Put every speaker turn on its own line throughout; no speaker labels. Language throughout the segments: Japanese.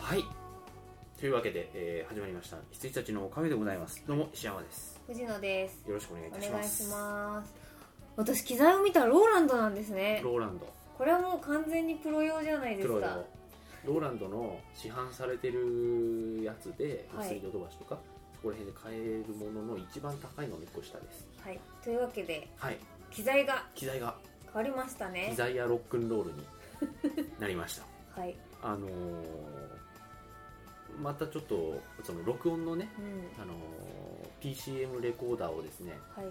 はいというわけで、えー始まりました羊たちのおかげでございますどうも石山です
藤野です
よろしくお願いい
お
た
願い
し
し
ま
ますす私機材を見たらローランドなんですね
ローランド
これはもう完全にプロ用じゃないです
プロ
か
でもローランドの市販されてるやつで
はい
水道飛ばしとか、そこら辺で買えるものの一番高いのを1個下です
はいというわけで
はい
機材が
機材が
変わりましたね
機材やロックンロールに なりました
はい
あのーまたちょっとその録音のね、
うん
あのー PCM レコーダーをですね
はい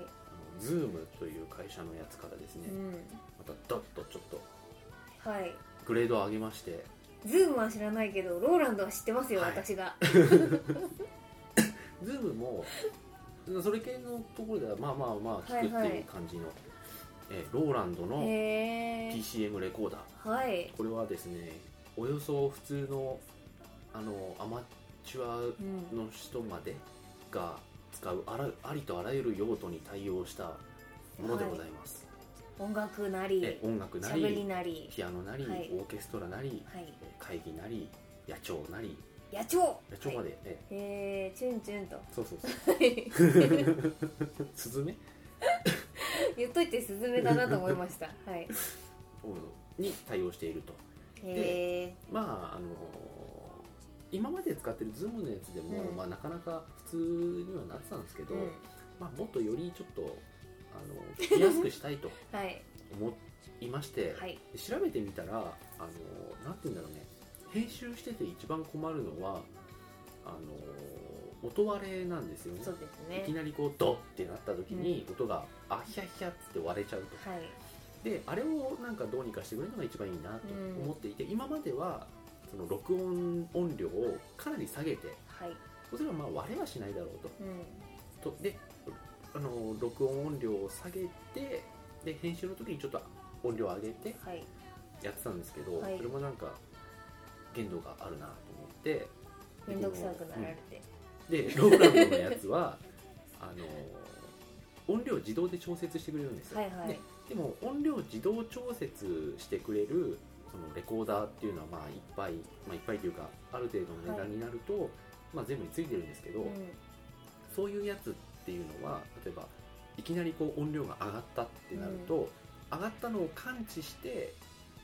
ズームという会社のやつからですね、
うん
またドッとちょっと
はい
グレードを上げまして
ズームは知らないけどローランドは知ってますよ、
はい
私が
ズームも それ系のところではまあまあまあ聞く
は
っ
い
て
はい
いう感じの、えーローランドの
へえ
PCM レコーダー
はい
これはですねおよそ普通のあのアマチュア
うん
の人までが使うあらありとあらゆる用途に対応したものでございます、
音楽な
え
り
音楽
し
な
ゃべり
り
なり
ピアノなり、
はい
オーケストラなり
はい
え会議なり野鳥なり
野鳥
野鳥ま
はい
で、
え
え
ー、チュンチュンと
そうそうそうスズメ
言っといてスズメだなと思いました はい
に対応していると
へえ
まああの今まで使ってる Zoom のやつでも、
うん
まあ、なかなか普通にはなってたんですけど、
うん
まあ、もっとよりちょっとあの聞きやすくした いと
はい
思いまして、
はい
調べてみたらあのなんて言うんだろうね編集してて一番困るのはあの音割れなんですよね
そうです
いき
ね
なりこうドッってなった時に音があヒャヒャって割れちゃうと
はい
であれをなんかどうにかしてくれるのが一番いいなと
うん
思っていて、今まではその録音音量をかなり下げて
はい
そうすればまあ割れはしないだろうと
うん
とであの録音音量を下げてで編集の時にちょっと音量を上げて
はい
やってたんですけど、
はい
それもなんか限度があるなと思って
面倒くさくなられて
でローランドのやつは あの音量自動で調節してくれるんですよ、
はいはい
ででも音量自動調節してくれるそのレコーダーっていうのはまあいっぱい、まあ、いっぱいというかある程度の値段になると、まあ、全部についてるんですけど、
うん
そういうやつっていうのは例えばいきなりこう音量が上がったってなると、上がったのを感知して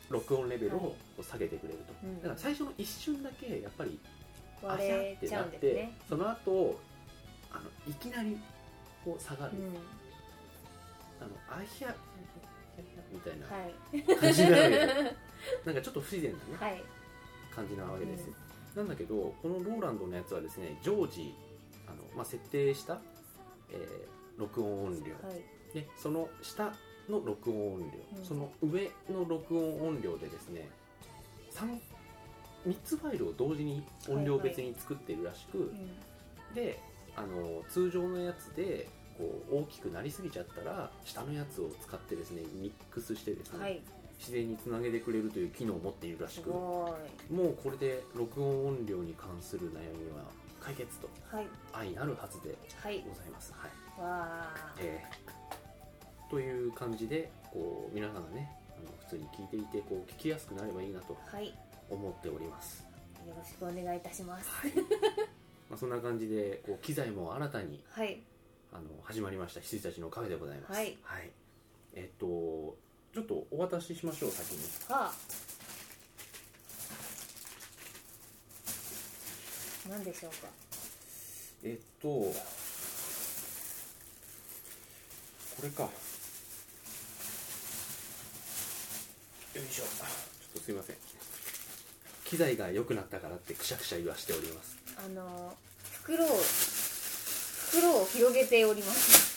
録音レベルをこう下げてくれると、
うん
だから最初の一瞬だけやっぱりあ
割
ひゃっ
れ
て
ちゃ
な
う
っ
んで
て
すね
その後あのいきなりこう下がる、
うん
あのあひゃみたいな
はい
感じになるわ けですよなんかちょっと不自然なね、
はい
感じなわけですよ、なんだけどこのローランドのやつはですね常時あの、まあ、設定した、えー録音音量、
はい
でその下の録音音量、
うん
その上の録音音量でですね 3, 3つファイルを同時に音量別に作っているらしく、
うん
であの通常のやつでこう大きくなりすぎちゃったら下のやつを使ってですねミックスしてですね、
はい
自然につなげてくれるという機能を持っているらし
す
く
ご
もうこれで録音音量に関する悩みは解決と
いはい
愛なるはずで
はい
ございます。はい
わあ
えーという感じでこう皆さんがねあの普通に聞いていてこう聞きやすくなればいいなと
はいよ
思っております。
ろしくお願いいたします
はいまあそんな感じでこう機材も新たに
はい
あの始まりました羊たちのカフェでございます。
はい
えっとちょっとお渡ししましょう先に。
はあなんでしょうか
えっとこれかよいしょちょっとすいません機材が良くなったからってくしゃくしゃ言わしております
あの袋を袋を広げております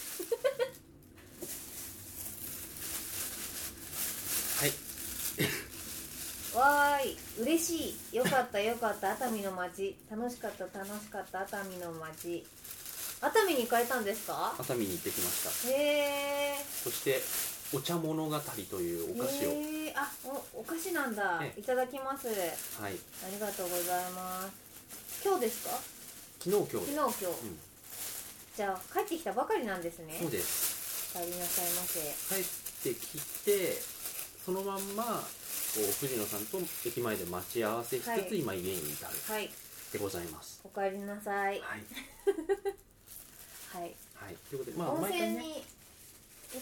はい
わーい嬉しいよかったよかった熱海の街楽しかった楽しかった熱海の街熱海に行かれたんですか
熱海に行ってきました
へえ
そしてお茶物語というお菓子を、
へーあおお菓子なんだ、
ええ
いただきますあ
はい
りがとうございます今日ですか
昨日今
昨
日
日今日、じゃあ帰ってきたばかりなんですね
そうです
お帰りなさいませ
帰ってきてそのまんまこう藤野さんと駅前で待ち合わせしつつ、
はい
今家に至る
はい
でございます。
おかえりなさい
はい、
はい
はい、ということで、まあ、
温
毎回
泉
ね、
に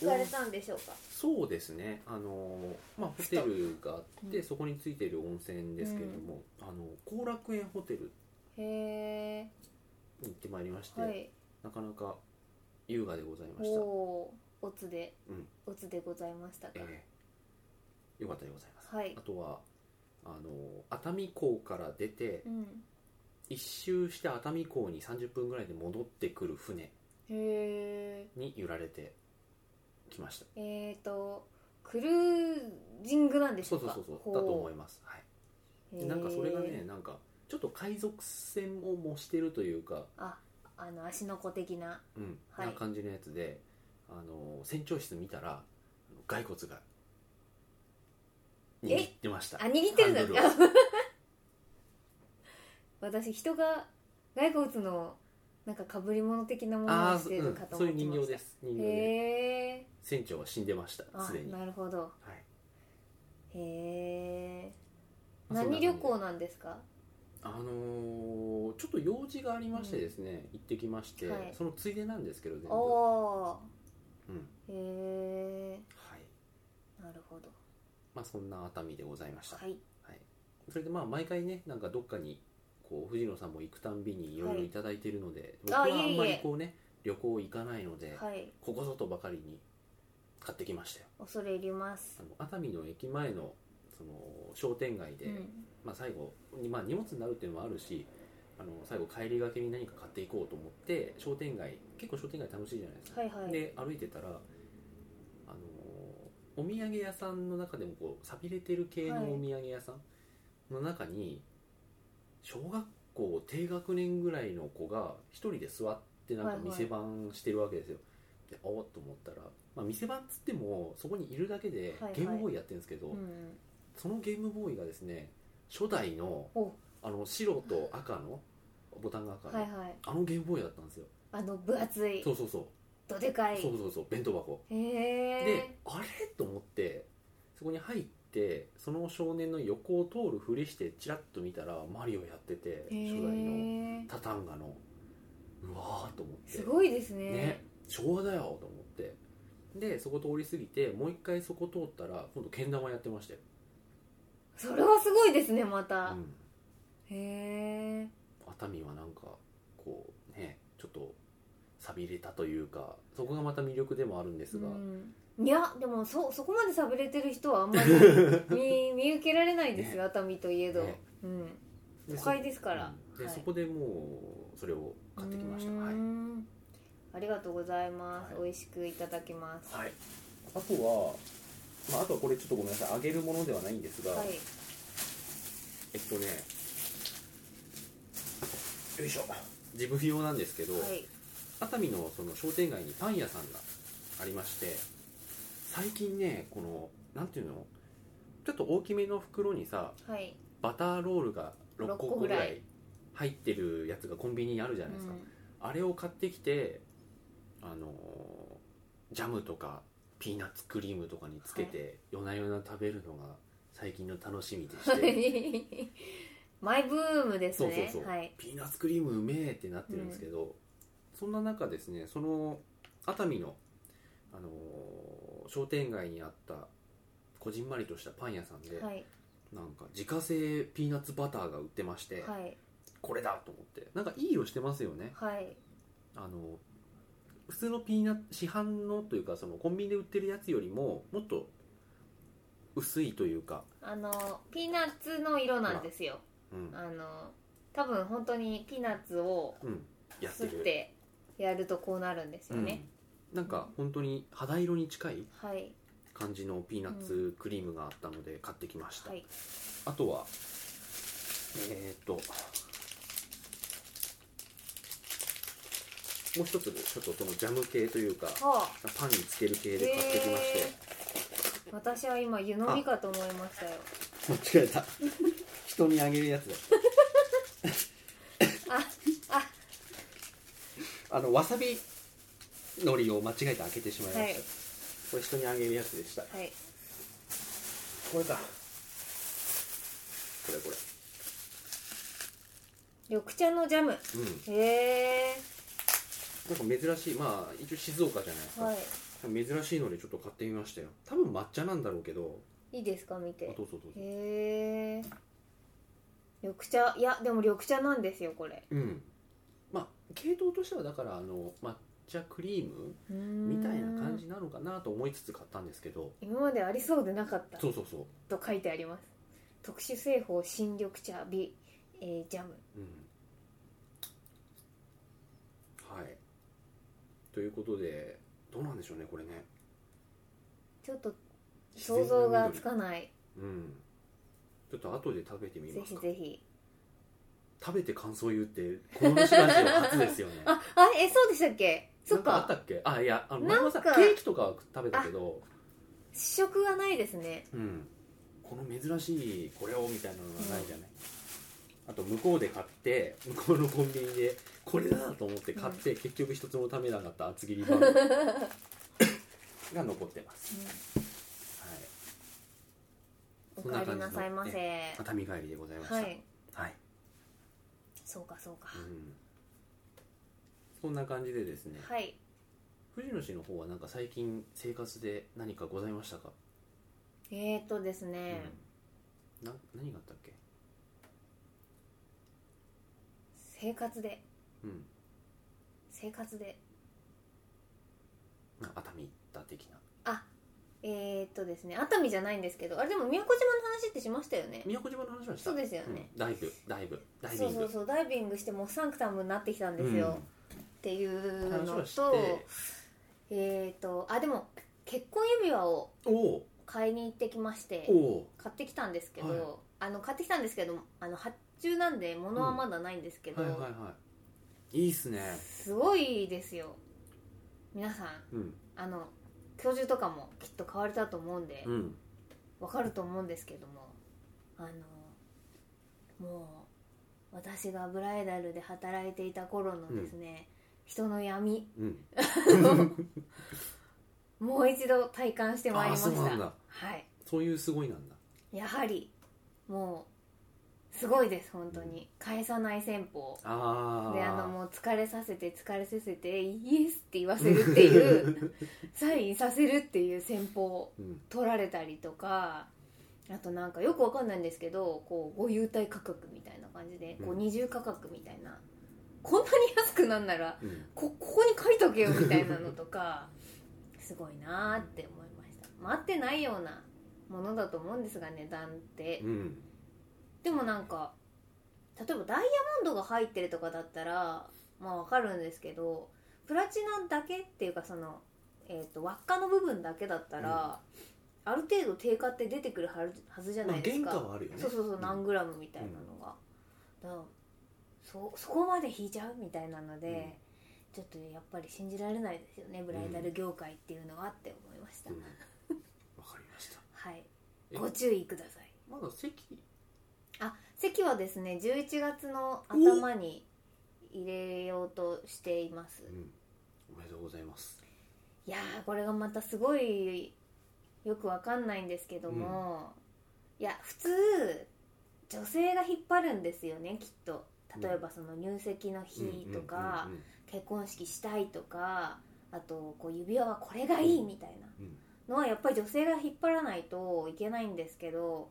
行かれたんでしょうか
そうですね、あのまあ、ホテルがあって、
うん
そこについている温泉ですけれども、あの後楽園ホテル
へ
に行ってまいりまして、
えはい
なかなか優雅でございま
お
した。
おーおつで
うん
おつでございましたか
ええよかったでございます。
はい
あとはあの熱海港から出て
うん
一周して熱海港に30分ぐらいで戻ってくる船
へ
に揺られてきました。
ええっとクルージングなんでし
そ
ょ
う
う
そう
か
そうそうだと思います。はい。
ほう
でなんかそれが
へ
ね
ー
なんかちょっと海賊船を模してるというか、
ああの足の子的な
うん
はい
な感じのやつであの船長室見たらあの骸骨が握ってました
あ握ってるん
ハンドル
だ
を
私人が骸骨のなんか被り物的なもの
あ
を
あ
し
そ,、
て
う
る
ん
か、と
そう
思って
いう人
ま
形
した
です人形で
へえ
船長は死んでました
あ
すでに、はい
なるほどへえ
まあそんな
何
感じ
旅行なんですか
あのーちょっと用事がありましてですね、行ってきまして、
はい
そのついでなんですけど全部、うんは
おーへえ
い
なるほど
まあ、そんな熱海でございました、
はい
それでまあ毎回ねなんかどっかにこう藤野さんも行くたんびにいろいろいただいてるので、
あ
僕はあ
いえいえ
んまりこうね旅行行かないので、
はい
ここぞとばかりに買ってきましたよ
恐れ入ります
あの熱海の駅前のその商店街で、
うん
まあ、最後に、まあ、荷物になるっていうのもあるしあの最後帰りがけに何か買っていこうと思って商店街結構商店街楽しいじゃないですか、
はいはい
で歩いてたらあのお土産屋さんの中でもこう寂れてる系のお土産屋さんの中に、小学校低学年ぐらいの子が一人で座ってなんか
はいはい
店番してるわけですよ、でおーっと思ったら、まあ、店番っつってもそこにいるだけで
はいはい
ゲームボーイやってるんですけど、
うん
そのゲームボーイがですね初代の
お
あの白と赤のボタンが赤の、
はいはい
あのゲームボーイだったんですよ
あの分厚い
そうそうそう、
どでかい
そうそうそう弁当箱
へ
で
え
あれと思ってそこに入ってその少年の横を通るふりしてチラッと見たらマリオやってて
へ
初代の
え
タタンガのうわーと思って
すごいですね
ね昭和だよと思ってでそこ通り過ぎてもう一回そこ通ったら今度けん玉やってましたよ、
それはすごいですねまた、
うん
へえ
熱海はなんかこうねちょっと寂れたというかそこがまた魅力でもあるんですが、
うんいやでもそそこまでさびれてる人はあん まり見見受けられないですよ熱海といえど、
ね
うん、
で
都会ですから
うんで、
はい
そこでもうそれを買ってきました
うー
はい、
んありがとうございます、
はい
美味しくいただきます
はい、あとは、まあ、あとはこれちょっとごめんなさいあげるものではないんですが、
はい
えっとねよいしょ自分用なんですけど、
はい
熱海のその商店街にパン屋さんがありまして最近ねこのなんていうのちょっと大きめの袋にさ
はい
バターロールが6
六個
個
ぐ
ぐ
らい
らい入ってるやつがコンビニにあるじゃないですか、あれを買ってきてあのージャムとかピーナッツクリームとかにつけて、夜な夜な食べるのが最近の楽しみでし
う
て
んマイブームですね
そうそうそう
はい
ピーナッツクリームうめえってなってるんですけど、そんな中ですねその熱海の、あのー商店街にあったこじんまりとしたパン屋さんで、
はい
なんか自家製ピーナッツバターが売ってまして、
はい
これだと思ってなんかいい色してますよね
はい
あの普通のピーナッツ市販のというかそのコンビニで売ってるやつよりももっと薄いというか、
あのピーナッツの色なんですよ
うん
あの多分本当にピーナッツを
うん、やって
すっ
る
てやるとこうなるんですよね、
うん、なんか本当に肌色に近い
はい
感じのピーナッツクリームがあったので買ってきました、
はい
あとはえーっともう一つちょっとそのジャム系というか
はあ
パンにつける系で買ってきまして、
へー私は今湯飲みかと思いましたよ
間違えた人にあげるやつだ
ああ
あのわさび海苔を間違えて開けてしまいました、
はい
これ人にあげるやつでした
はい
これか
緑茶のジャム
うん、
へえ
なんか珍しいまあ一応静岡じゃないですか、
はい
珍しいのでちょっと買ってみましたよ多分抹茶なんだろうけど
いいですか見
あ
て
どうぞどうぞ
へえ緑茶いやでも緑茶なんですよこれ
うんまあ系統としてはだからあの抹茶クリームみ
み
たいな感じなのかなと思いつつ買ったんですけど
今までありそうでなかった
そうそうそ
と書いてあります特殊製法新緑茶美、えージャム
ううんはいということでどうなんでしょうねこれね
ちょっと想像がつかない
うんちょっと後で食べてみ
ぜ
ます
ひ
か
ぜひ
食べて感想言うってこの話ラジオ初ですよね
ああえそうでしたっけそっ
なんあっ
か
たっけあいやあの前はさケ
なんか
ーキとかは食べたけど
試食がないですね
うん、この珍しいこれをみたいなのはないじゃない、あと向こうで買って向こうのコンビニでこれだと思って買って、結局一つも食べなかった厚切りバーガーが残ってます、はい、
お
そんな
かえ
感
り
じの
なさいませ
熱海帰りでございました
は
はい、
いそうかそうか
うん、そんな感じでですね、
はい
藤野氏の方はなんか最近生活で何かございましたか、
えー、っとですね、
うん、な何があったっけ
生活で
うん
生活で
まあ熱海行った的な
えー、っとですね熱海じゃないんですけどあれでも宮古島の話ってしましたよね
宮古島の話はした
そうですよね、
うんダイブダイブダイビ
そ
ン
う
グ
そうそうダイビングしてもうサンクタムになってきたんですよ、っ、ていう
うん、
の
話はして
とえー、とあでも結婚指輪を
おお
買いに行ってきまして
おお
買ってきたんですけど、
はい
あの買ってきたんですけどあの発注なんで物はまだないんですけど、
はいはいはいいいっすね
すごいですよ皆さん
うん
あの教授とかもきっと買われたと思うんで、
うん
わかると思うんですけどもあのもう私がブライダルで働いていた頃のですね、人の 闇
うん
もう一度体感してまいりました
あーそうなんだ
はい
そういうすごいなんだ
やはりもうすごいです本当に、返さない戦法
ああ
であのもう疲れさせて疲れさせてイエスって言わせるっていう サインさせるっていう戦法
うん
取られたりとかあとなんかよくわかんないんですけどこうご優待価格みたいな感じでこう
うん
二重価格みたいな、こんなに安くなんなら
うん
こここに書いとけよみたいなのとか すごいなーって思いました待ってないようなものだと思うんですが値段って
うん
でもなんか例えばダイヤモンドが入ってるとかだったらまあわかるんですけどプラチナだけっていうかその、えー、と輪っかの部分だけだったら、ある程度定価って出てくるはるはずじゃ
ま
な
あ
いです
原
か、
価はあるよね
そうそうそう何
ん
グラムみたいなのが、だからそそこまで引いちゃうみたいなので、ちょっとやっぱり信じられないですよねブライダル業界っていうのはって思いました、
うんわかりました
はい
え
ご注意ください
まだ席
あ席はですね11月の頭に入れようとしています
うんおめでとうございます
いやーこれがまたすごいよくわかんないんですけども、いや普通女性が引っ張るんですよねきっと例えばその入籍の日とか
うんうん
結婚式したいとかあとこう指輪はこれがいいみたいな
うん
のはやっぱり女性が引っ張らないといけないんですけど、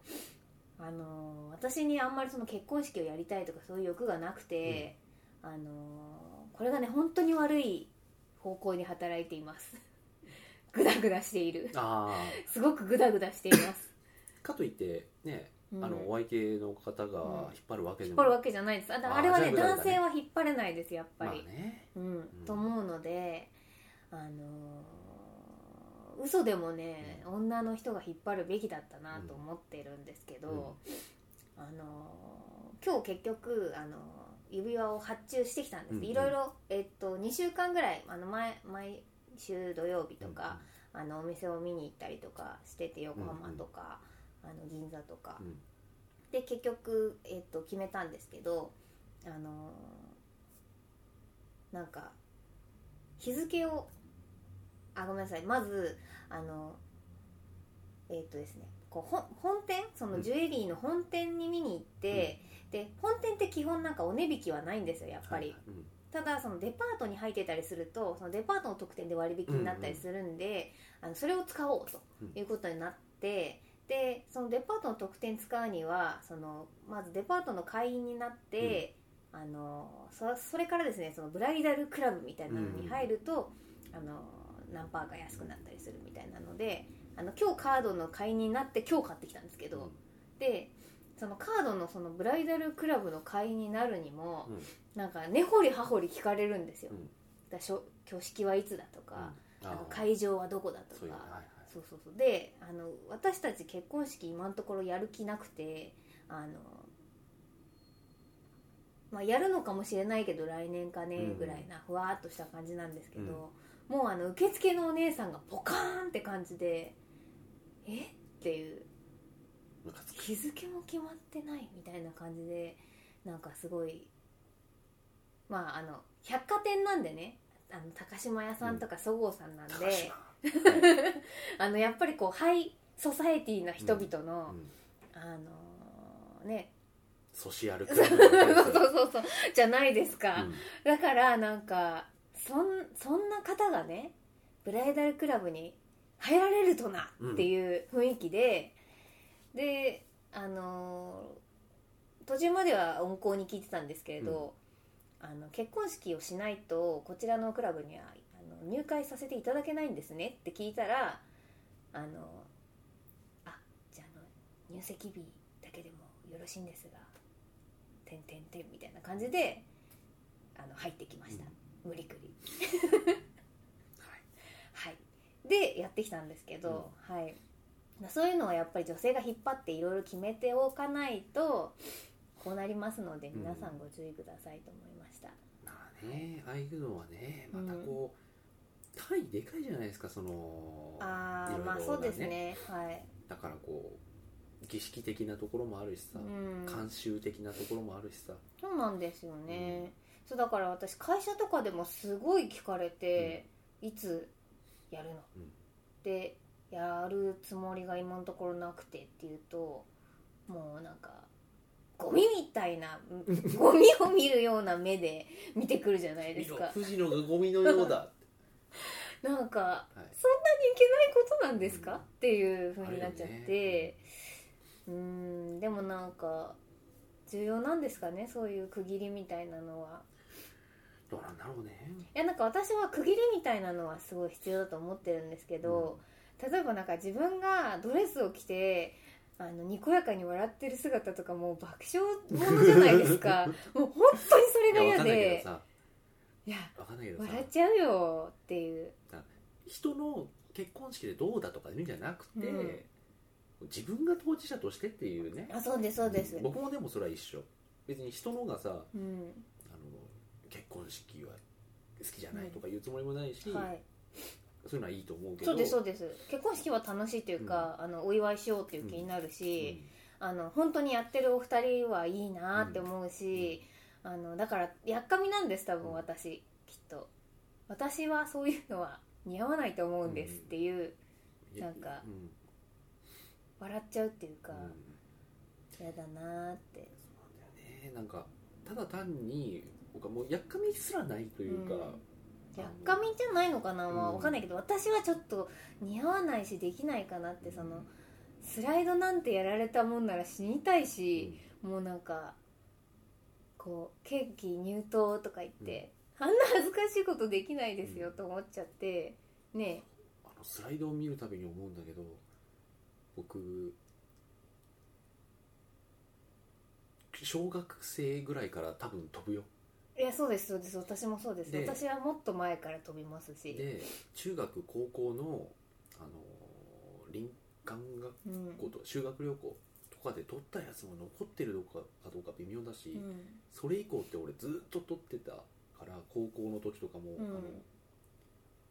あのー私にあんまりその結婚式をやりたいとかそういう欲がなくて、あのーこれがね本当に悪い方向に働いています グダグダしている
うんあ
すごくグダグダしています、
あかといってね
うん
あのお相手の方が引っ張るわけで
引っ
も
張るわけじゃないですあだからあれは
あ
ね
じゃあグダグ
男
ダね
性は引っ張れないですやっぱり、
まあね
うん
うん
と思うのであのー嘘でもね、女の人が引っ張るべきだったなと思ってるんですけど、あのー今日結局、あのー指輪を発注してきたんです、
うんうん
いろいろ、えっと、2週間ぐらいあの前毎週土曜日とか、あのお店を見に行ったりとかしてて横浜とか、あの銀座とか、
うん
で結局、えっと、決めたんですけど、あのーなんか日付をあごめんなさいまずあのえっとですねこう本本店そのジュエリーの本店に見に行って、で本店って基本なんかお値引きはないんですよやっぱり、
はいうん
ただそのデパートに入ってたりするとそのデパートの特典で割引になったりするんで、あのそれを使おうということになって、でそのデパートの特典使うにはそのまずデパートの会員になって、あのそそれからですねそのブライダルクラブみたいなのに入ると、あの何パーか安くなったりするみたいなのであの今日カードの会員になって今日買ってきたんですけど、でそのカードのそのブライダルクラブの会員になるにも、
うん
なんか根掘り葉掘り聞かれるんですよ、
うん
だしょ挙式はいつだとか,、
うん
なん
あ
か
ー
会場はどこだと
そういう
か
のはいはい
そうそうそうであの私たち結婚式今のところやる気なくてあの、まあ、やるのかもしれないけど来年かね
うん
ぐらいな、ふわーっとした感じなんですけど、もうあの受付のお姉さんがポカーンって感じでえっていう
ムカつく
日付も決まってないみたいな感じでなんかすごいまああの百貨店なんでねあの高島屋さんとかそごうさんなんで、
高島
あのやっぱりこうハイソサエティな人々の、
う
あ
ん
のーね
ソシアルク
そ
ラ
う
ブ
そうそうそうじゃないですか、
うん
だからなんかそんそんな方がねブライダルクラブに入られるとなっていう雰囲気で、であのー途中までは温厚に聞いてたんですけれど、あの結婚式をしないとこちらのクラブにはあの入会させていただけないんですねって聞いたらあのあじゃああの入籍日だけでもよろしいんですが「てんてんてん」みたいな感じであの入ってきました、無理くり
はい
はいでやってきたんですけど、はいまあそういうのはやっぱり女性が引っ張っていろいろ決めておかないとこうなりますので
うん
皆さんご注意くださいと思いました、
まあねああいうのはねまたこう、単位でかいじゃないですかその
あ
い
あ
ろいろ
まあ
な
そうですねはい、
だからこう儀式的なところもあるし
う
さ、
ん、
慣習的なところもあるしさ、
そうなんですよね、そうだから私会社とかでもすごい聞かれて、いつやるの、
うん
でやるつもりが今のところなくてっていうともうなんかゴミみたいな ゴミを見るような目で見てくるじゃないです
見ろ
か
富士のがゴミのよ うだ、
なんか
は
いけ
い、
ないことなんですか、
うん
っていう風になっちゃっ
あるよ
て
ね、
うーんでもなんか重要なんですかねそういう区切りみたいなのは
どうなんだろうね
いやなんか私は区切りみたいなのはすごい必要だと思ってるんですけど、例えばなんか自分がドレスを着てあのにこやかに笑ってる姿とかもう爆笑ものじゃないです かもう本当にそれ
い
が
や
嫌
わかんないけ
で
どさ
いや
わかんないけどさ
笑っちゃうよっていう
人の結婚式でどうだとかいうんじゃなくて、
うん
自分が当事者としてっていうね
あそうですそうです、
僕もでもそれは一緒別に人のがさあの
うん、
結婚式は好きじゃないとか言うつもりもないし、
はい
そういうのはいいと思うけど
そうですそうです結婚式は楽しいというか、あのお祝いしようっていう気になるし、あの本当にやってるお二人はいいなって思うし、あのだからやっかみなんです多分私きっと私はそういうのは似合わないと思うんですっていう、
うん
なんか
うん
笑っちゃうっていうか
うん
嫌、だなって
そうなんだよねなんかただ単に僕はもうやっかみすらないというか、
うんやっかみじゃないのかな、まあ、
うん
わかんないけど私はちょっと似合わないしできないかなってそのスライドなんてやられたもんなら死にたいし、もうなんかこうケーキ入刀とか言って、あんな恥ずかしいことできないですよと思っちゃって、ね
あのスライドを見るたびに思うんだけど僕小学生ぐらいから多分飛ぶよ
えいやそうですそうです私もそうです
で
私はもっと前から飛びますし、
で中学高校の、あの林間
うん
学校と修学旅行とかで撮ったやつも残ってるのかかどうか微妙だし、
うん
それ以降って俺ずっと撮ってたから高校の時とかも、
うん
あの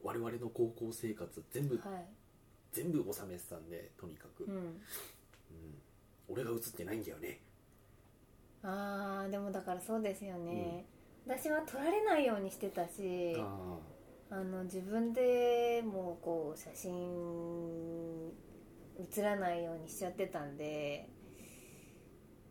我々の高校生活全部、
はい
全部収めてたんでとにかく、
うん、
うん俺が映ってないんだよね
あーでもだからそうですよね、私は撮られないようにしてたし
あ
あの自分でもうこう写真写らないようにしちゃってたんで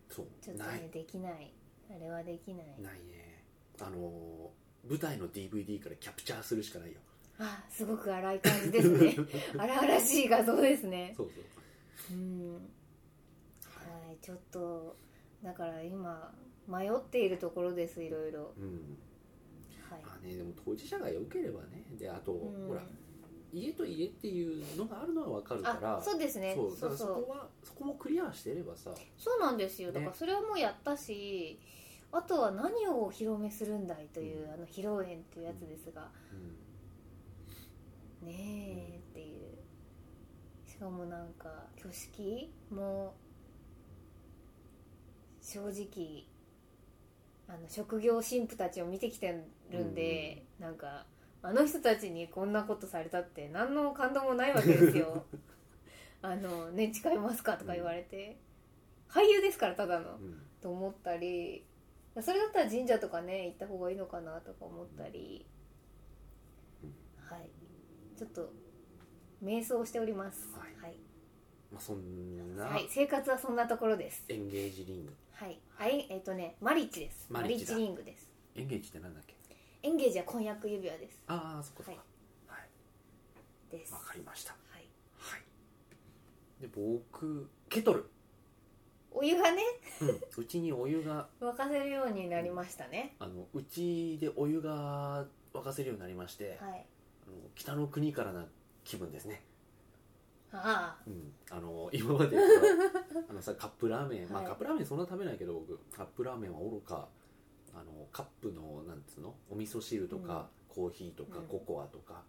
あそ
ちょ
う
っと
ない
ねできないあれはできない
ないねあのー舞台の DVD からキャプチャーするしかないよ
あすごく荒い感じです ね荒々しい画像ですね
そうそう
うん
はい、
はいちょっとだから今迷っているところですいろいろ
うん
はい
まあねでも当事者が良ければねであと、
うん
ほら家と家っていうのがあるのは分かるから
あそうですね
そう
そう
だからそ
そう
こはそこもクリアしてればさ
そうなんですよ
ね
だからそれはもうやったしあとは何をお披露目するんだいという、
うん
あの披露宴っていうやつですが
うん
ねえっていうしかもなんか挙式も正直あの職業神父たちを見てきてるんで、なんかあの人たちにこんなことされたって何の感動もないわけです よあのね誓いますかとか言われて、俳優ですからただの
うん
と思ったりそれだったら神社とかね行った方がいいのかなとか思ったり、はいちょっと瞑想しております
はい
はい、
まあ、そんな
はい生活はそんなところです
エンゲージリング
はい、はい、えっ、とねマリッジです
マ
マ
リ
リッ
ッジ
ジ
だ
リングです
エンゲージってなんだっけ
エンゲージは婚約指輪です
ああそっかそっかはい
です
わ、かりました
はい、
はいで僕ケトル
お湯がね
うんうちにお湯が
沸かせるようになりましたね、
あのうちでお湯が沸かせるようになりまして、
はい
あの北の国からな気分ですね、
あ
うん、あの 今まであのさカップラーメン、まあ、
はい
カップラーメンそんな食べないけど僕カップラーメンはおろかあのカップのなんつうのお味噌汁とか、コーヒーとか
うん
ココアとか、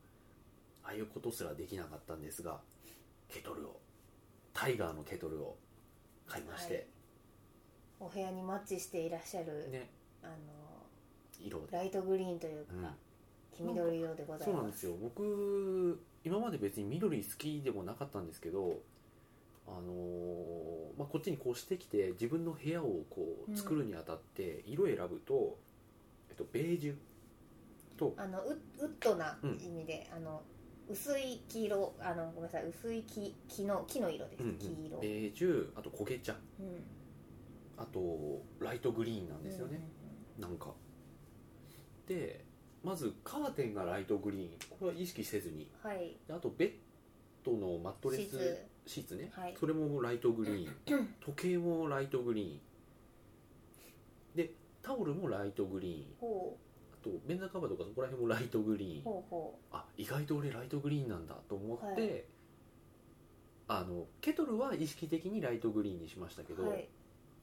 ああいうことすらできなかったんですがケトルをタイガーのケトルを買いまして、
あお部屋にマッチしていらっしゃる、
ね
あの
色で、
ライトグリーンというか、
うん
黄緑色でござい
そうなん
ま
ですすよ僕今まで別に緑好きでもなかったんですけどあのーまあ、こっちにこうしてきて自分の部屋をこ
う
うん作るにあたって色選ぶと、えっと、ベージュと
あのウウッドな
うん
意味で、あの薄い黄色あのごめんなさい薄い木木の木の色です、
うんうん
黄色、
ベージュあと焦げ茶
うん
あとライトグリーンなんですよね、なんかでまずカーテンがライトグリーンこれは意識せずに
うんうんはい
であとベッドのマットレ
シー
ス
ツ
シーツね、
はい
それもライトグリーン時計もライトグリーンでタオルもライトグリーン
ほ
あと便座カバーとかそこら辺もライトグリ
う
ーン
ほうほ
あ意外と俺ライトグリーンなんだと思って、
は
あのケトルは意識的にライトグリーンにしましたけど、
うはい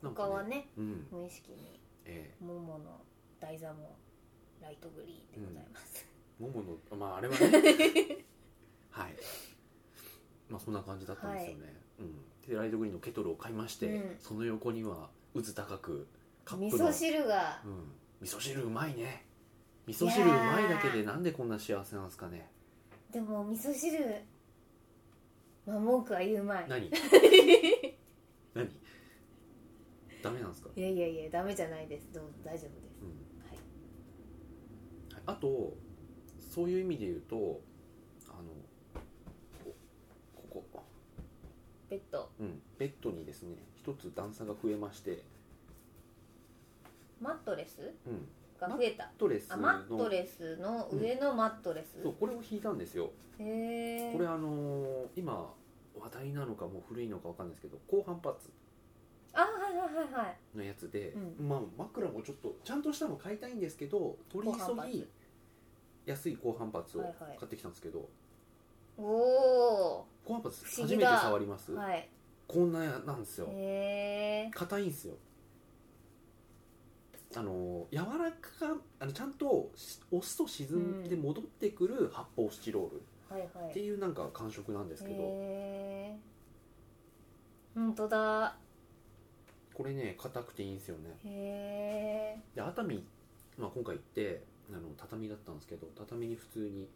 なん
他
か
は
ね
ね
うん
無意識に
え
モモの台座もライトグリーンでございます、
えもものまああれ はねはいまあそんな感じだったんですよね、うん、でライトグリーンのケトルを買いまして、
うん
その横には渦高くカッ
味
プの
噌汁が
うん、味噌汁うまいね味噌汁うまいだけでなんでこんな幸せなんですかね
でも味噌汁まあ文句は言うまい
何 何ダメなんですか、
いやいやいやダメじゃないですどう大丈夫です
うん
はい
はいあとそういう意味で言うとあのこここ、
ベッド
うん、ベッドにですね一つ段差が増えまして、
マットレス
うん、
が増えた
マットレス
あ
の
マットレスの上のマットレス、
そうこれを引いたんですよ
へえ
これあのー今話題なのかもう古いのかわかんないですけど高反発
あはいはいはいはい
のやつで、
う
まあ、枕もちょっとちゃんとしたの買いたいんですけど取り
高反
急ぎ
発
安い高反発を
はいはい
買ってきたんですけど、
おお
高反
不
発初
思
め
議
て
だ
触ります、
はい
こんなやなんですよ
へえ
硬いんですよあの柔らかあのちゃんとし押すと沈んで
うん
戻ってくる発泡スチロール
はいは
って
いへ
いうなんか感触なんですけど、
え本当だ
これね硬くていいんですよね
へえ
で熱海、まあ、今回行ってあの畳だったんですけど畳に普通に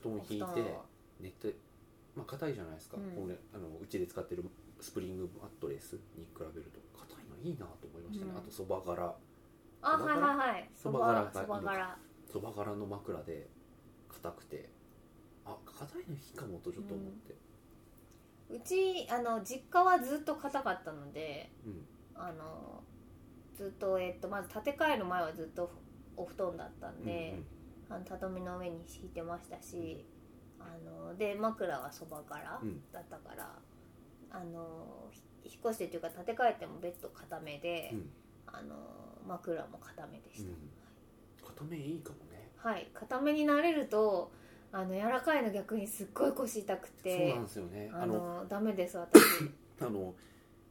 布団を引いて寝てまあ硬いじゃないですか、
うん
これあのうちで使ってるスプリングマットレスに比べると硬いのいいなと思いましたね、
うん
あとそば柄
あはいはいはい
そば柄
そば
そば柄
柄
そば柄の枕で硬くてあ硬いのいいかもとちょっと思って、
うちあの実家はずっと硬かったので
うん
あのずずっと、えっと、まず建て替える前はずっとお布団だったんで、あの畳の上に敷いてましたし、あので枕はそばから
うん
だったから、あのひ引っ越してというか建て替えてもベッド固めで、
うん
あの枕も固めで
う
し
ん
た、
片目いいかもね
はい固めになれるとあの柔らかいの逆にすっごい腰痛く
そう
て
なんですよね
あ
あの
のダメです私
あの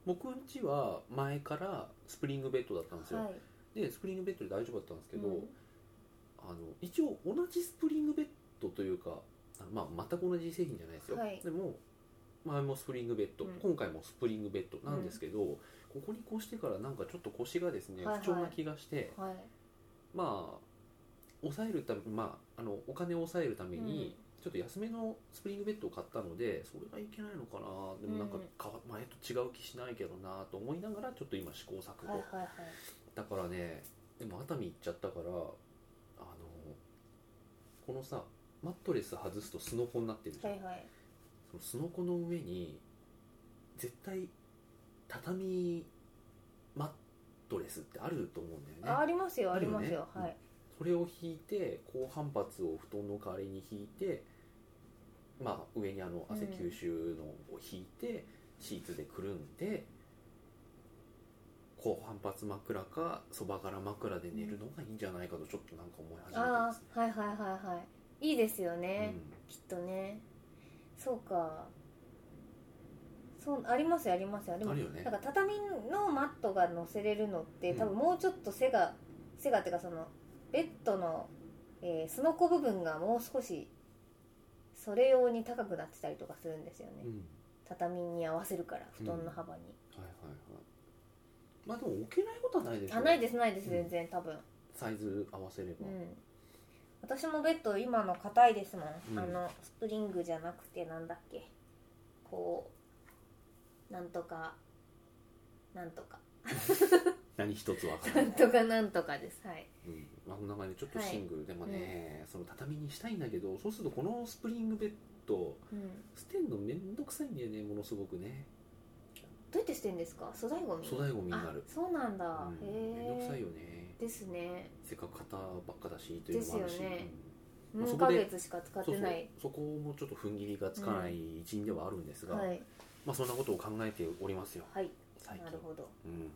僕ん家は前からスプリングベッドだったんですよ、
はい、
でスプリングベッドで大丈夫だったんですけど、
うん
あの一応同じスプリングベッドというかあの、まあ、全く同じ製品じゃないですよ、
はい
でも前もスプリングベッド、
うん
今回もスプリングベッドなんですけど、ここに越してからなんかちょっと腰がですね
はいはい
不調な気がして、
はい、
まあ抑えるためまああのお金を抑えるために、ちょっと安めのスプリングベッドを買ったのでそれがいけないのかなでもなん
う
か
ん
変わ前と違う気しないけどなと思いながらちょっと今試行錯
はい
誤、
はいはい
だからねでも熱海行っちゃったからあのこのさマットレス外すとスノコになってるじゃ
は
ん、
いはい
そのスノコの上に絶対畳マットレスってあると思うんだよ
あ
ね
ありますよあ
ある
り
よ
ま
ね
すよ
うん
はい
それを引いて高反発を布団の代わりに引いて、まあ、上にあの汗
うん
吸収のを引いて、シーツでくるんで高反発枕かそばから枕で寝るのがいいんじゃないかとちょっとなんか思い始めたんで
あ
すね、
あはいはいはいはいいいですよね、
うん
きっとねそうかそうありますよありますよでも
あるよね
なんか畳のマットが乗せれるのって
うん
多分もうちょっと背が、背がっていうかそのベッドの、えー、すのこ部分がもう少しそれ用に高くなってたりとかするんですよね、
うん
畳に合わせるから布団の幅に、
はいはいはいまあでも置けないことはないでしょ
あないですないです
うん
全然多分
サイズ合わせれば、
うん、私もベッド今の硬いですもん、
うん
あのスプリングじゃなくてなんだっけこうなんとかなんとか
何一つわから な
ないんとかなんとかですはい
うん、まあ、この中でちょっとシングル、でもね、その畳にしたいんだけどそうするとこのスプリングベッド
うん、ど
捨てんのめんどくさいんだよねものすごくね
うやってしてんですか粗大ごみ
粗大ゴミになる
あ、そうなんだ、
うん、めんどくさ
へ
い
え
よね
ですね
せっかく型ばっかだしというのもあるし、
ですよね
まあ
4
そこ
ヶ
で
月しか使っ
うんそ
て
うそう
ない
そこもちょっと踏ん切りがつかない一因ではあるんですが、
はい
まあ、そんなことを考えておりますよ
はい
最近
なるほど
うん、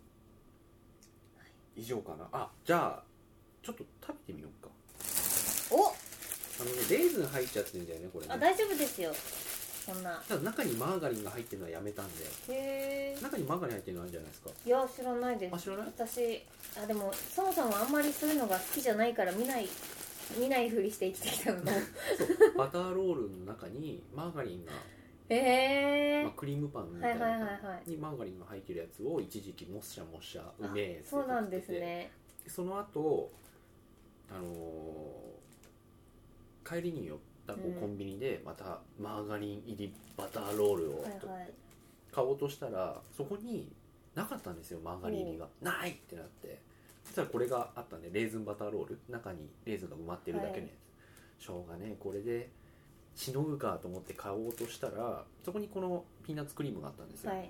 以上かなあじゃあちょっと食べてみようか
お
あのねレーズン入っちゃってるんだよねこれね
あ大丈夫ですよそんな
ただ中にマーガリンが入ってるのはやめたんで
へえ
中にマーガリン入ってるのあるじゃないで すか
いや知らないです
あ知らない
私あでもそもそもあんまりそういうのが好きじゃないから見ない見ないふりして生きてきた の
そうバターロールの中にマーガリンが、
ええ
まあ、クリームパンみ
ー、
た
はいい
な、
はいはいはい
にマーガリンが入ってるやつを一時期もっしゃもっしゃうめえ
あそうなんですね
でその後あのー帰りに寄ったこう
うん
コンビニでまたマーガリン入りバターロールを
はいはい
買おうとしたらそこになかったんですよマーガリン入りがないってなってそしたらこれがあったんでレーズンバターロール中にレーズンが埋まってるだけのやつ、しょうがねえこれでしのぐかと思って買おうとしたらそこにこのピーナッツクリームがあったんですよ、
はい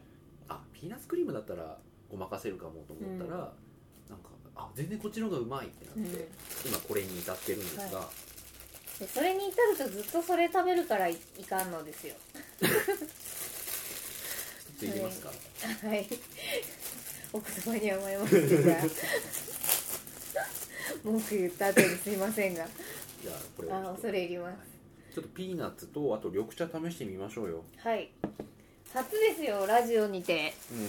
あピーナッツクリームだったらごまかせるかもと思ったら、なんかあ全然こっちの方がうまいってなって、
うん
今これに至ってるんですが、
でそれに至るとずっとそれ食べるからいいかんのですよ
ちょっといきますか、
はい お言葉に甘えますが 文句言った後ですいませんが
じゃあこれを
あ恐れ入ります
ちょっとピーナッツとあと緑茶試してみましょうよ
はい初ですよラジオにて
うん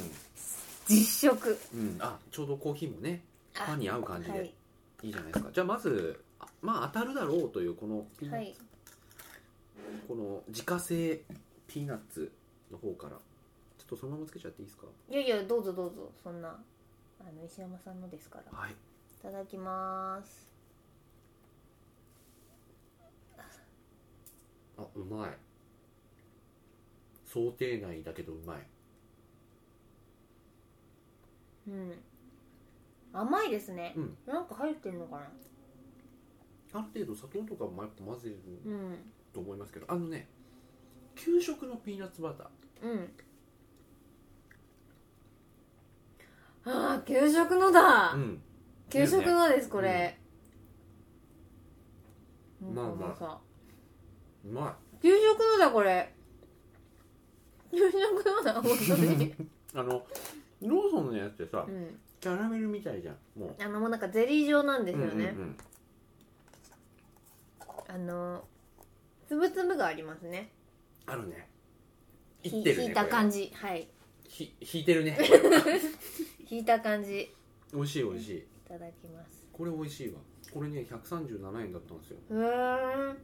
実食
うん、あちょうどコーヒーもね
あ
パンに合う感じで、
はいい、
いじゃないですかじゃあまずあまあ当たるだろうというこのピーナッツ、
はい
この自家製ピーナッツの方からちょっとそのままつけちゃっていいですか
いやいやどうぞどうぞそんなあの石山さんのですからい
はい
ただきます
あうまい想定内だけどうまい
うん甘いですね、
うん
なんか入ってんのかな
ある程度砂糖とかもやっぱ混ぜる
うん
と思いますけどあのね給食のピーナッツバター
うんああ給食のだ、
うん
給食のですこれ、
うん
なんか
まあまあ
さ
うま
給食のだこれ給食のだ本当 に、
いあのローソンのやつってさ
うん、
キャラメルみたいじゃんもう
あのもうなんかゼリー状なんですよね、
うんうん
あのつぶつぶがありますね
あるね
ひ
いってるね
引いた感
じ
じはい
ひ引いてる ね
引いた感じい
美味しい美味しい
ただきます
これ美味しいわこれね137円だったんですよ
うーん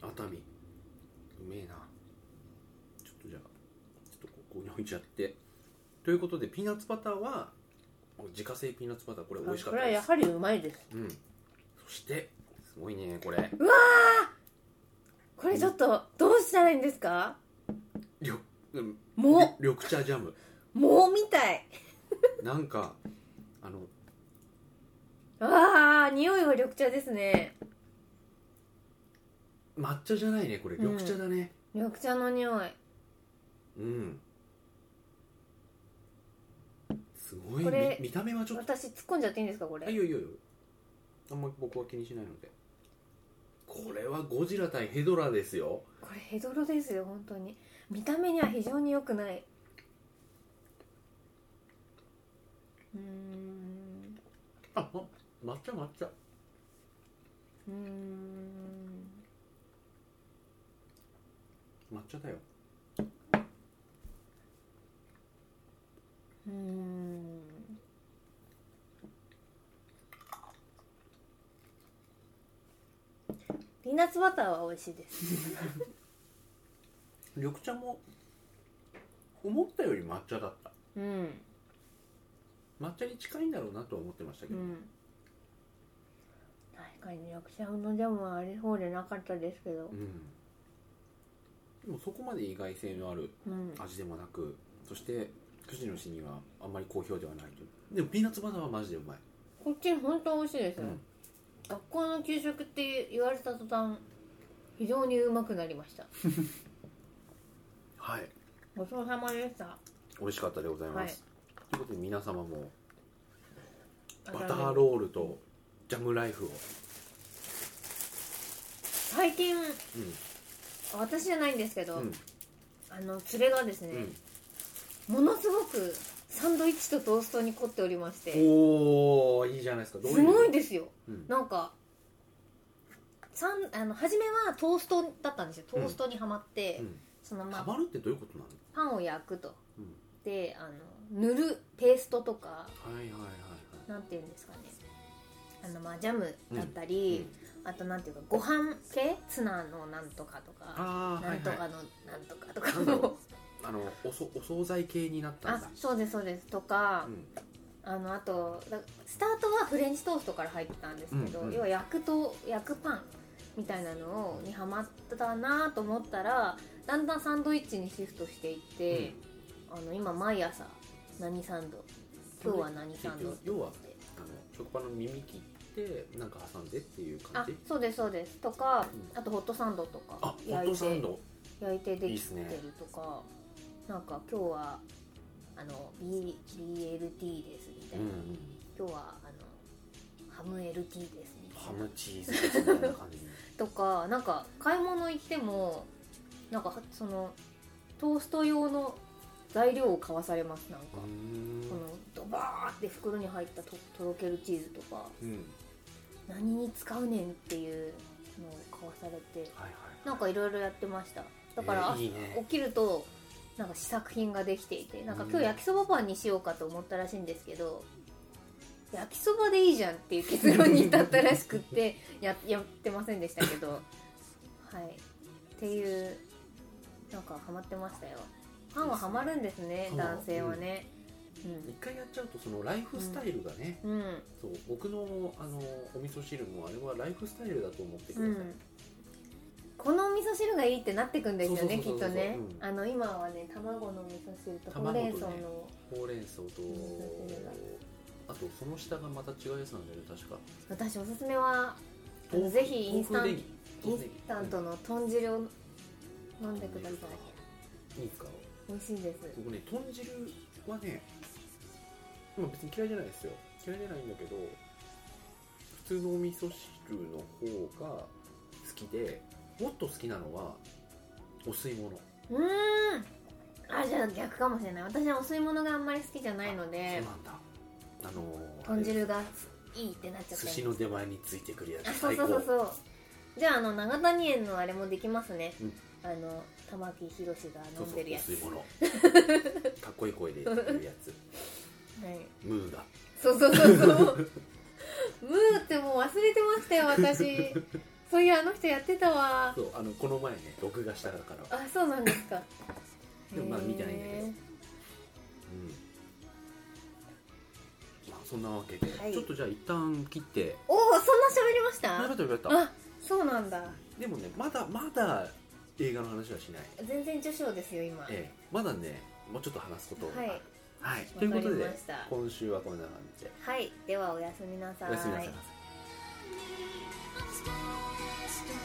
熱海うめえなちょっとじゃあちょっとここに置いちゃってということでピーナッツバターは自家製ピーナッツバターこれ美味しか
これ
った
は
で
や
す
はりうまいです
うんそしてすごいねこれ
うわーこれちょっとどうしたらいいんですか
りょうん
も
りょ緑茶ジャム
うもうみたい
なんかあの
あー匂いは緑茶ですね
抹茶じゃないねこれ
うん
緑茶だね
緑茶の匂い
うん、すごい
これ
み見た目はちょっと
私突っ込んじゃっていいんですかこ
あいい
れ
よいいよいいよあんま僕は気にしないのでこれはゴジラ対ヘドラですよ
これヘドロですよ本当に見た目には非常に良くないうーん
あま抹茶抹茶
うーん
抹茶だよ
うーんピーナッツバターは美味しいです
緑茶も思ったより抹茶だった
うん
抹茶に近いんだろうなとは思ってましたけ
う
ど、
ん確かに緑茶のジャムはあれそうでなかったですけど
うんでもそこまで意外性のある
うん
味でもなくそして藤野氏にはあんまり好評ではないというでもピーナッツバターはマジでうまい、
こっち本当美味しいです
う
よ、
ん、
学校の給食って言われた途端非常にうまくなりました
はい
ごちそうさまでした
美味しかったでございます、ということで皆様もバター
ー
ロールとジャムライフを、
最近
うん
私じゃないんですけど、
うん
あの連れがですね、ものすごくサンドイッチとトーストに凝っておりまし
うん、
て
おーいいじゃないですかどういう
すごいですよ
うん
なんかさんあの初めはトーストだったんですよトーストにはまって、
うん
そのま
ハ
あ
マるってどういうことなの
パンを焼くと、
うん
であの塗るペーストとか
はいはいはいはい
なんていうんですかねあのまあジャムだったり、
うん
あとなんていうかご飯系ツナのなんとかとか
ああ
な
は
ん
い
と
は
か
い
のなんとかとか
なんだろ
も
うあのおそお惣菜系になった
あ
んだ
そうですそうですとか、
うん
あのあとだスタートはフレンチトーストから入ってたんですけど、
うんうん
要は焼くと焼くパンみたいなのをにハマったなと思ったらだんだんサンドイッチにシフトしていって、あの今毎朝何サンド今日は何サンドって
要はあの食パンの耳切ってなんか挟んでっていう感
あ
じ
そうですそうですとか、
うん
あとホットサンドと
あ
か
ホットサンド
焼いてで
いいっ
き
す
て
ね
るとかなんか今日はあの B BLT ですみた
う
い
ん
な、
うん
今日はあのハム LT ですみた
ハ
い
ムチーズみたいな 感じ
なとかなんか買い物行ってもなんかそのトースト用の材料を買わされますなんか、
うー
この
ん
ドバーって袋に入ったととろけるチーズとか
うん
何に使うねんっていうのを買わされて
はいはい
なんかいろいろやってましただから、
えーいい
起
ね
きるとなんか試作品ができていてなんか今
うん
日焼きそばパンにしようかと思ったらしいんですけど焼きそばでいいじゃんっていう結論に至ったらしくって ややってませんでしたけ どはいっていうなんかハマってましたよパンはハマるんですね
うん
男性はね
一回やっちゃうとそのライフスタイルがね、
うんうん
そう僕のあのお味噌汁もあれはライフスタイルだと思ってくだ
う
さい、
んこのお味噌汁がいいってなってくんですよねき
そ
っ
うそ
と
うそうそう
ね
うん
あの今はね卵の味噌汁とほ
卵
う
と
れ
ね
ん草の
ほうれん草とあとその下がまた違うやつなんだよね確か
私おすすめはあの
豆腐
ぜひインスタン
豆腐
イ
ネギ
ンスタントの豚汁を飲んでください
いいですか
美味しいです
僕ね豚汁はねまあ別に嫌いじゃないですよ嫌いじゃないんだけど普通のお味噌汁の方が好きでもっと好きなのはお吸い物
うーんあじゃあ逆かもしれない私はお吸い物があんまり好きじゃないので
そうなんだあのー
豚汁がいいってなっちゃっ
寿
て
司の出前についてくるや
あ
つ
そう
最
そうそ
高
うそうじゃああの長谷園のあれもできますね、
うん
あの玉木宏が飲んでるやつ
そうそう お吸い物かっこいい声で言うやつ
はい
ムーが
そうそうそうそうムーってもう忘れてましたよ 私そういうあの人やってたわ
そうあのこの前ね録画したから
あそうなんですか
でもまだ見てないんだけど
へー
うんまあそんなわけで、
はい
ちょっとじゃあ一旦切って
おおそんな喋りまし
や
た
ったやった
あそうなんだ
でもねまだまだ映画の話はしない、
全然序章ですよ今はい
ええ、まだねもうちょっと話すことがある
わか
はい、と
り
いうこと
ま
で
した
今週はこんな感じで
はいではおやすみなさい
おやすみなさい
I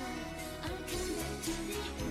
come back to the